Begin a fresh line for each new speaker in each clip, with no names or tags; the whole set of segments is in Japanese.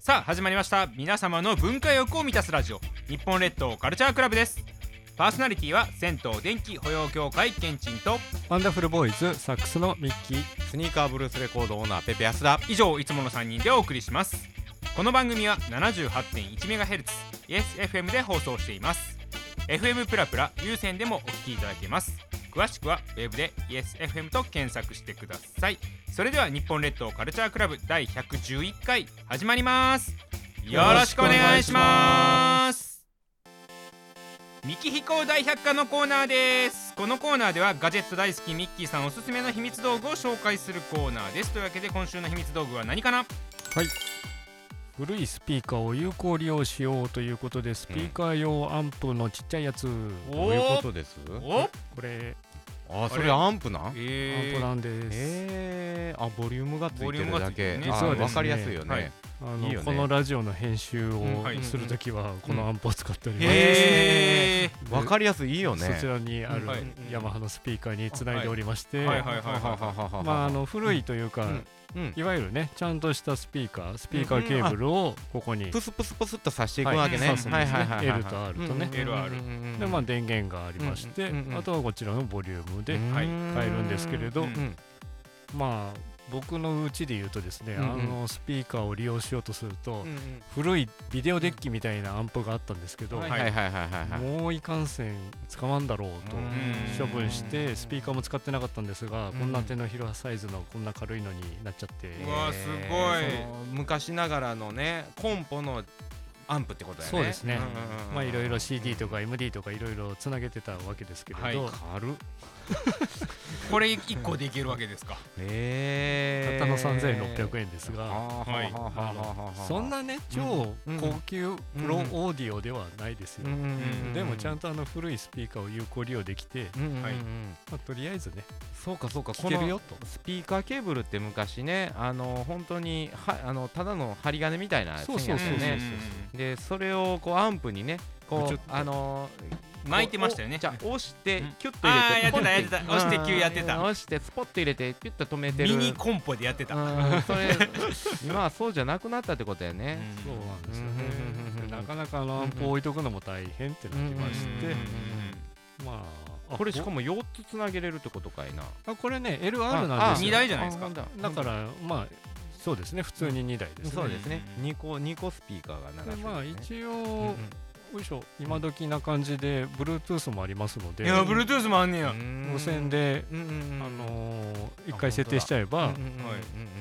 さあ始まりました皆様の文化欲を満たすラジオ日本列島カルチャークラブですパーソナリティは銭湯電気保養協会けんちんと
ワンダフルボーイズサックスのミッキー
スニーカーブルースレコードオーナーペペ安田
以上いつもの3人でお送りしますこの番組は 78.1MHz ESFM で放送しています FM プラプラ有線でもお聞きいただけます詳しくはウェブで ESFM と検索してくださいそれでは日本列島カルチャークラブ第111回始まりますよろしくお願いしますミキ飛行大百科のコーナーですこのコーナーではガジェット大好きミッキーさんおすすめの秘密道具を紹介するコーナーですというわけで今週の秘密道具は何かな
古いスピーカーを有効利用しようということでスピーカー用アンプのちっちゃいやつ、
お
どういうことです
お
これ
あそれアンプなん
アン
えー、
プなんです、
えー、あボリュームがついてるだけ、
ボリュームがついてるね
あ
そうですね
わかりやすいよね、
はい
あの
いいよね
このラジオの編集
うん
を
はい
するときはこのアンプを使っております、
へ
え
わかりやすいいいよ
そ
ね
ちらにある
はい
ヤマハのスピーカーにつないでおりまして、
はいはいはい
ははははは
まああの古いというか、
うんうん
いわゆるねちゃんとしたスピーカースピーカーケーブルをここに、
プスプスプスっとさしていくわけね、
は
はいい、
そうそう
はいはいはい
L と R とね
LR
でまあ電源がありまして、
うんうんうんうん
あとはこちらのボリュームで、
はい
買えるんですけれど
うんうん
まあ僕のうちで言うとですね、
うんうん
あのスピーカーを利用しようとすると、
うんうん
古いビデオデッキみたいなアンプがあったんですけど、
はいはいはいはいはいはい
もういかんせん使わんだろう
うん
と処分してスピーカーも使ってなかったんですが、
うん
こんな手の広さサイズのこんな軽いのになっちゃって、
うわすごい
その昔ながらのねコンポのアンプってことだよね
そうですね
んうんうんうん
まあいろいろ CD とか MD とかいろいろつなげてたわけですけれど、
はい
軽っ
これ一個でいけるわけですか
へえ
たったの3600円です
は
が。
あはあ
はい
はあはあはあ
そんなね超
うん
高級プロ
う
オ
ん
ーディオではないですよ、
うんうんうん
でもちゃんとあの古いスピーカーを有効利用できて、
うんうんうん
はい
まあ、とりあえずね
そうかそうか
聞けるよと
このスピーカーケーブルって昔ねあの本当にはあのただの針金みたいなやつ
そうそう
やったよね
うんうん
でそれをこうアンプにねこ
ぐちゅ
う
っと
あの
うん巻いてましたよね
じゃあ押して
うん
キュッと
あー
入れて
やってた
ポン
やってた押して
うん
キューやってた
押してスポッと入れてピュッと止めてる
ミニコンポでやってた、
うんそれ 今はそうじゃなくなったってことやね
そうなんですよね
うんうんうんうんう。ん
でなかなかあのアンプを置いとくのも大変ってなってまして、
うん
まああ
これしかも4つつなげれるってことかいな
あこれね LR なんです
二
よ。
台じゃないですか
あほんだ
だからまあそうですね普通に2台です
そ
ね
う。ですね
うん
2個二個スピーカーが流れて
で
るね
まあ一応
う
おいしょ今時な感じで Bluetooth もありますの
い
で、
や Bluetooth もあんねや、
ん
無線で
うんうんう
あ
ん
のー一
あ
回設定しちゃえば
うんうんうん
はい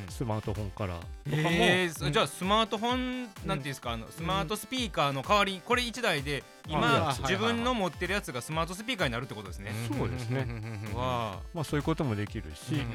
スマートフォンから
他も
えー
う
そ
ん
じゃあスマートフォンなんていうんですか、あのスマートスピーカーの代わりにこれ1台で今
あ
自分の持ってるやつがスマートスピーカーになるってことですね。
そうですね
んんんうん
わあ
まあそういうこともできるし、
ん
うん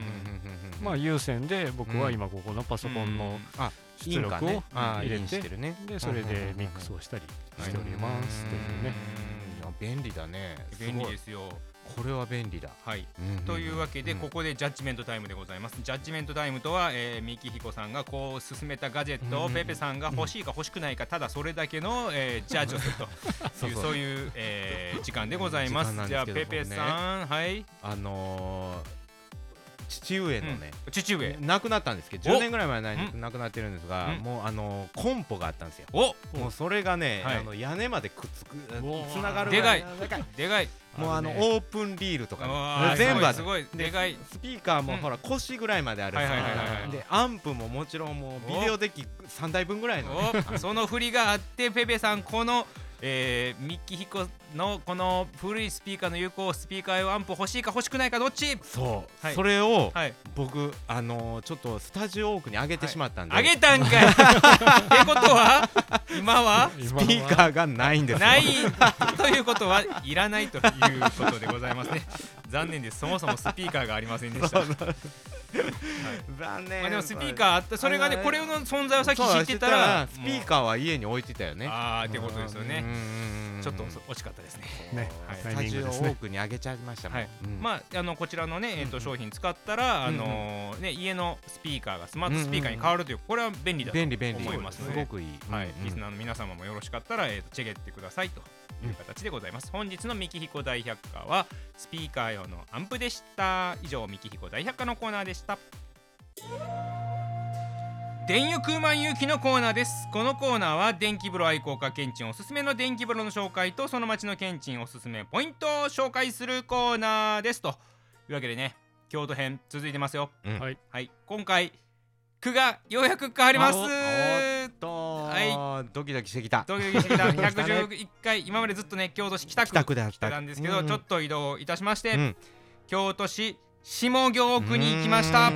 まあ有線で僕は今ここのパソコンの
あ
出力
イン
を
かねあ
入れ
インしててるね
でそれでミックスをしたりしておりますというね。
うんいや便利だね
うん便利ですすよ。
ごいこれは便利だ
はい、というわけでここでジャッジメントタイムでございます。ジャッジメントタイムとは、えー、三木彦さんがこう勧めたガジェットを
うん
ペペさんが欲しいか欲しくないかただそれだけの、えー、ジャッジをすると
そ
いうう
そう
そういう、えー、時間でございま
時間
す。
なん
じ
で
ゃ
す
あ
けど
ペペさんはい
あのー父上のね
父上、
亡くなったんですけど
お
10年ぐらい前に
う
亡くなってるんですが
うん
もうあのーコンポがあったんですよ
お
もうそれがね
はい
あの屋根までくっつく
おー
つながる
でかい
でかい
でかい。
もうあの
あるね
オープンリールとかね
あー
全部あ
す
る
ごいすごいでかい。
スピーカー
う
も
ん
ほら腰ぐらいまである
はい
やつ
はい
はいはいはい
でアンプももちろんもうビデオデッキ3台分ぐらいのね
おその振りがあってペペさんこの、えー、ミッキーヒコのこの古いスピーカーの有効スピーカー用アンプ欲しいか欲しくないかどっち
そう、
はい
それを
はい
僕あのーちょっとスタジオ奥に上げてしまったんで、
あげたんかいってことは今は
ス
スピーカーがないんですよ
ないということはいらないということでございますね残念ですそもそもスピーカーがありませんでした
残念
まあでもスピーカーあったそれがね
あー
これの存在をさっき
そう
知ってたら
知ってたスピーカーは家に置いてたよね
ーああってことですよ
うん
ね
うんうんうん
ちょっとそ惜しかったですね
ね
はい
タ
ス
イ
タ
ミン
ジ
グ
オ
ですね。
奥に上げちゃいましたもん、
はい
うん
まあ、あのこちらのね、えー、
うんう
と
ん
商品使ったら、あのーね、家のスピーカーがスマートスピーカーに変わるという、これは便利だと
便利便利
思います
す
ので、
ごくいい、
はい
うんうん
リスナーの皆様もよろしかったら、えー、とチェゲってくださいという形でございます、本日の「ミキヒコ大百科」はスピーカー用のアンプでした以上「ミキヒコ大百科」のコーナーでした電浴満遊記のコーナーですこのコーナーは電気風呂愛好家ケンチンおすすめの電気風呂の紹介とその町のケンチンおすすめポイントを紹介するコーナーですというわけでね京都編続いてますよ
うん
はい
はい今回区がようやく変わります
あおおーっと、
は
ドキドキしてきた
東京駅 北
来ましたね
111回今までずっとね京都市北区
北区だ
来てたんですけど、
うん
ちょっと移動いたしまして、
うん、
京都市下京区に行きました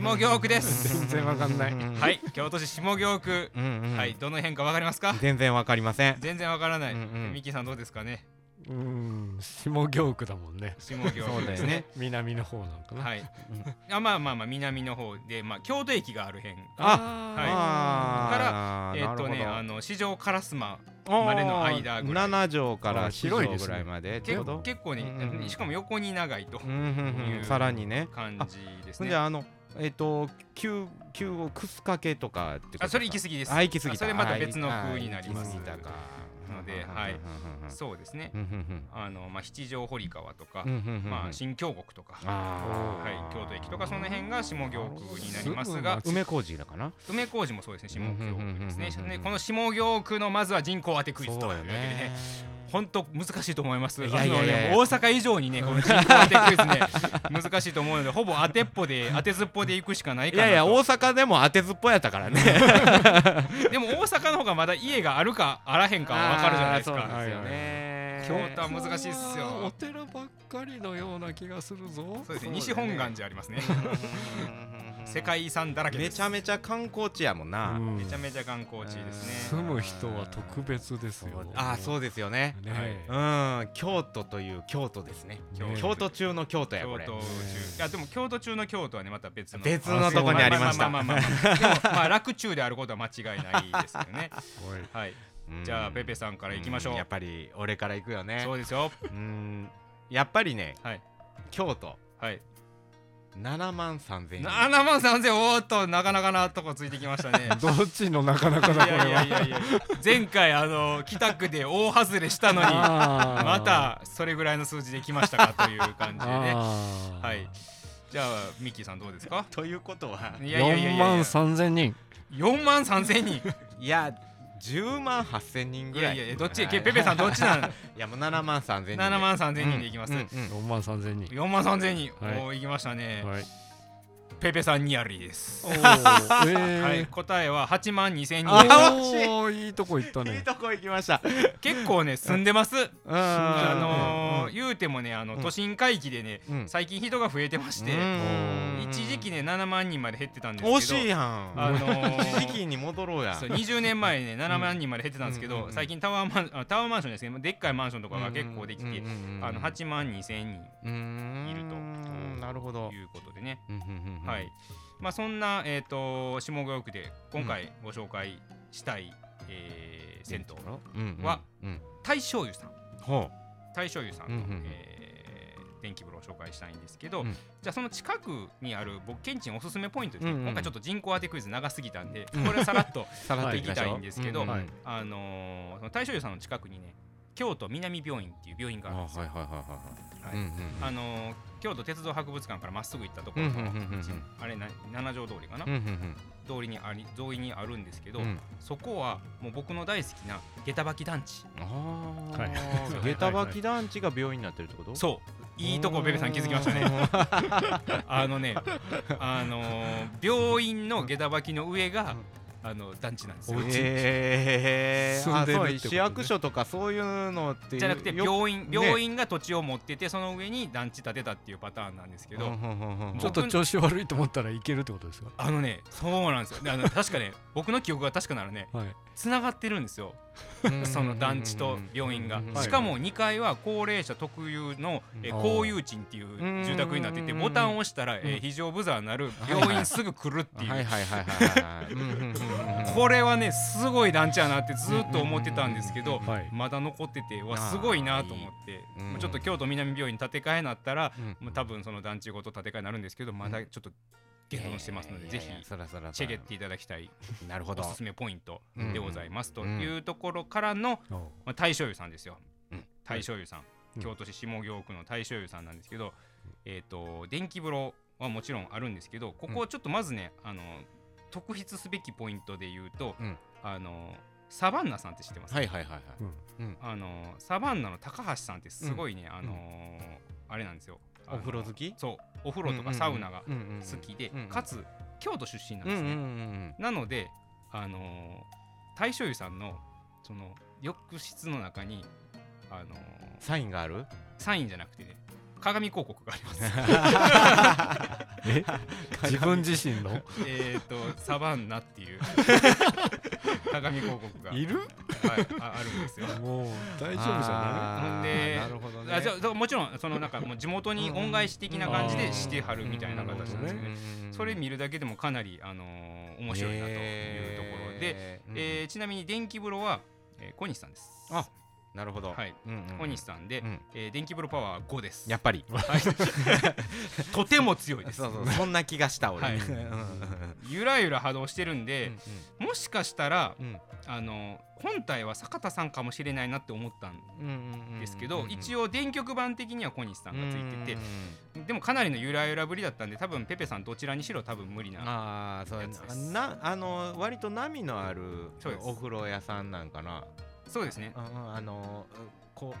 下京区です
全然わか んない
はいい京都市下京区、
うんうん
はいどの辺かわかりますか
全然わかりません
全然わからない、
うんうん
ミッキーさんどうですかね
うーん下京区だもんね
下京区
そうだよね
南の方なのか な、
はいあまあまあまあ南の方でまあ京都駅がある辺
あ
えっとねあ
の
の市場烏丸までの間ぐらい
7畳から
あー広い
7
で
畳
す
ぐ
ね
らいまでち
け
ょうど
結構ね、
うんうん
しかも横に長いと
うんうん
いう
うんさらにね
感じです
そん
ね
であのえっと旧旧をくすかけとかってこと
あそれ行き過ぎです
あ行き過ぎた
あそれまた別の風になります
あ行き過ぎたか
のではいそうですね
うんうん
あのまあ七条堀川とか
うんうんうんうんうん
まあ新京極とか
あ
は
ー
い京都駅とかその辺が下京区になりますが
梅小路だかな
梅小路もそうですね下京区です
うんうんうんうんうん
ねでこの下京区のまずは人口当てクイズというわけでね本当難しいと思います。
いやいやいや
あのね大阪以上にね、この人口当てクイズね、難しいと思うので、ほぼ当てっぽ で、当てずっぽで行くしかない
い
かな
や
と。
いや大阪でも当てずっぽやったからね
でも大阪の方がまだ家があるかあらへんかは分かるじゃないです
あーそう
か。
なんですよね
京都は難しいっすよ
お寺ばっかりのような気がするぞ
そうですね、西本願寺ありますね。世界遺産だらけで
め
す。
ちゃめちゃ観光地やもんな、
うん
めちゃめちゃ観光地です
住
ね。
む人は特別ですよ
ああそうですよね
ね
う
え
ん京都という京都ですね
京都
京都中の京都や
京
こ
都
れ
中、いやでも京都中の京都はねまた別の
別のとこにありました
ああまあまあまあまあでもまあ楽中であることは間違いないですよね。
おい
はい。
うん
じゃあペペさんから行きましょ
んやっ
う。
ぱり俺から行くよね
そうですよ。
うんやっぱりね、
はい
京都
はい。
7万3000円
七万三千おーっとなかなかなとこついてきましたね。
どっちのなかなか
い
だこれ
や
はい
やいやいや。前回あの北区で大外れしたのに。
あー
またそれぐらいの数字できましたかという感じでね。
あー
はい。じゃあミッキーさんどうですか？
ということはい
4万三千人
4万3千人。
いや10万8000人
い
ぐら
や
い
いやいやどっち？
はい
けペペさんどっちなの？
いやもう7万3000人
7万3
3000
千人でいきます。
4万三千人
4万3千人。
はい
おおいきましたね。
はい
ペペさんにありです。
おー えー
はい答えは8万2千人。
あ
おーいいとこ行った
いい
ね
とこ行きました
結構ね住んでます。あのー
ー
言うてもねあの
うん
都心回帰でね
うん
最近人が増えてまして
う。ん
一時期ね7万人まで減ってたんですけど
惜しいやん
あのー
一時期に戻ろうや
そう20年前ね7万人まで減ってたんですけ
うんうん
ど
うんうん
最近タワーマンあタワーマンションですねでっかいマンションとかが結構できてあ
あ
の8万2千人いると
なるほど
ということでね
うんうんうんうん
はいまあそんなえっと下京区で今回ご紹介したいえー銭湯
うんうん
は
うん
大正湯さん
ほ
大正湯さん
うん
の
うんうん
えー電気風呂を紹介したいんですけど、
うん
じゃあその近くにある僕ケンチンおすすめポイントですね、
うんうんうん
今回ちょっと人口当てクイズ長すぎたんでこれはさらっと
うさ
らっと
行
行きたいんですけど
うんうん
はい
あのーその大正湯さんの近くにね京都南病院っていう病院
あ
があるん
はいは
ですよ。
いはいはいはい
はい
うんうん
あのー京都鉄道博物館からまっすぐ行ったところの
うんうんうんうん
道あれな七条通りかな、
うんうん
通りにあり沿いにあるんですけど、
うんうん
そこはもう僕の大好きな下駄履き団地
あ
はい
ー下駄履き団地が病院になってるって こと
そういいとこベベさん気づきましたね あのねあのー病院の下駄履きの上があの団地なん ですよ
お家
えー
住
あ
んでるってこと
そう
ね
市役所とかそういうのって
じゃなくて
よ
病院
ね
病院が土地を持っててその上に団地建てたっていうパターンなんですけど、
うんうんうんうん
ちょっと調子悪いと思ったらいけるってことですよ
あのねそうなんですよであ の確かね僕の記憶が確かならね
はい
繋がってるんですよその団地と病院が
うんうんうん
はい
しかも2階は高齢者特有の、えー
あー
公有賃っていう住宅になっていて
うん
ボタンを押したら、えー
うん
非常ブザーなる
はいはい
病院すぐ来るっていう、
はいはいはいはいはいうんうんうんうんうん
これはねすごい団地やなってずっと思ってたんですけど、
うんうんうん
はい
まだ残っててわ
あー
すごいなと思って
いいうん
まあちょっと京都南病院建て替えなったら、
うん
もう多分その団地ごと建て替えになるんですけどまだちょっと現存してますので、ぜひ
いやいやそらそらそら
チェゲっていただきたい
なるほ
お
ど
すすめポイントでございます、
うんうん
というところからの、まあ、大正湯さんですよ、
うん
大正湯さん、
うん
京都市下京区の大正湯さんなんですけど、えっ、と電気風呂はもちろんあるんですけどここちょっとまずね、あの特筆すべきポイントで言うと、
うん
あのサバンナさんって知ってます、
はいはいはいはい
うん
あのサバンナの高橋さんってすごいね、あのーあれなんですよあ
お
の
風呂好き
そうお風呂とかサウナが好
好
きで、
うんうん
かつ京都出身なん
うん
で
うん
す
う
ね、
ん
なのであのー大正湯さんのその浴室の中にあのー
サインがある
サインじゃなくてね鏡広告があります
え自分自身の
えっとサバンナって いう鏡広告が
いる
はい、ああるんですよ。
もう大丈夫じゃ
あー
ほんで
なるほどね
あじゃあだからもちろんそのなんかもう地元に恩返し的な感じ
うんう
で
ん
してはるみたいな形なんですよね。
うんうん
それ見るだけでもかなり、あのー面白いなというところで、
え
えーちなみに電気風呂は、えー小西さんです。
あなるほど
はい
うんうんうん
小西さんで、
うん
えー電気風呂パワー5です。
やっぱり
とても強いです。
そうそうそんな気がした
は
俺
い
うんうん
ゆらゆら波動してるんで、もしかしたら、
うんうん
あのー本体は坂田さんかもしれないなって思ったん
うんうんうん
ですけど、一
応
応電極版的には小西さんがついてて、でもかなりのゆらゆらぶりだったんで多分ペペさんどちらにしろ多分無理な
ああそう
やつです
なあの割と波のある
そうです
お風呂屋さんなんかな
そうですね
うんうんあのこ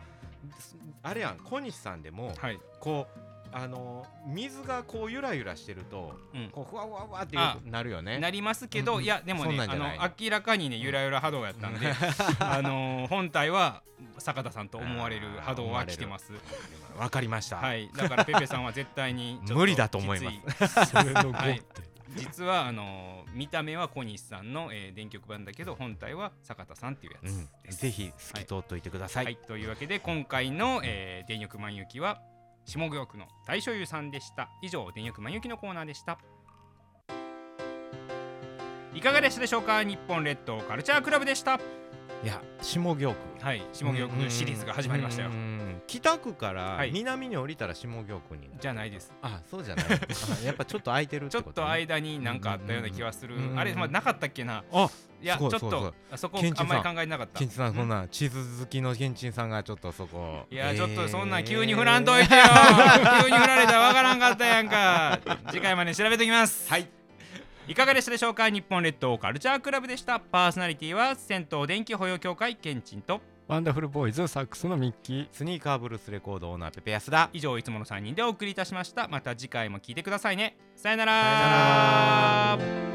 うすあれやん小西さんでも
はい
こうあの水がこうゆらゆらしてると
うん
こうふわふわふわってよくなるよね
なりますけど、
うんうん
いやでも
そ
ね
んな
あ
んじゃ
の
ない
明らかにねゆらゆら波動やったんで、 あのー本体は坂田さんと思われる波動は来てます
わかりました
はいだからペペさんは絶対にちょっと
無理だと思います
きつ
ないそれの
は
5
い
って
実はあのー見た目は小西さんの、えー電極版だけど本体は坂田さんっていうや
うん
つです、
ぜひ透き通っておいてくださ
はい、
い
というわけで今回の、えー電力満有機は下京区の大所有さんでした以上電力満有機のコーナーでしたいかがでしたでしょうか日本列島カルチャークラブでした
いや下京区
はい下京区シリーズが始まりましたよ
うんうん北区から
はい
南に降りたら下京区になる
じゃないです
あそ うじゃないあやっぱちょっと空いてるっ
ちょ
て
っ
こと
と
ね
間に何かあったような気はする
うんうんうん
あれ、まあ、なかったっけな
あ
いやち
そ
ょ
う
っ
そうそう
とあそこ
ケンチ
あ
ン
ん
さん
まり考えなかった
ケンチさんそん
い
な地図好きのケンチンさんがちょっとそこ
や
えー
ちょっとそんなん急に振らんといてよ 急に振られたらわからんかったやんか次回まで調べときます
はい
いかがでしたでしょうか日本列島カルチャークラブでしたパーソナリティは銭湯電気保養協会ケンチンと
ワンダフルボーイズサックスのミッキー
スニーカーブルースレコードオーナーペペ安田
以上いつもの3人でお送りいたしましたまた次回も聞いてくださいねさよなら
さよなら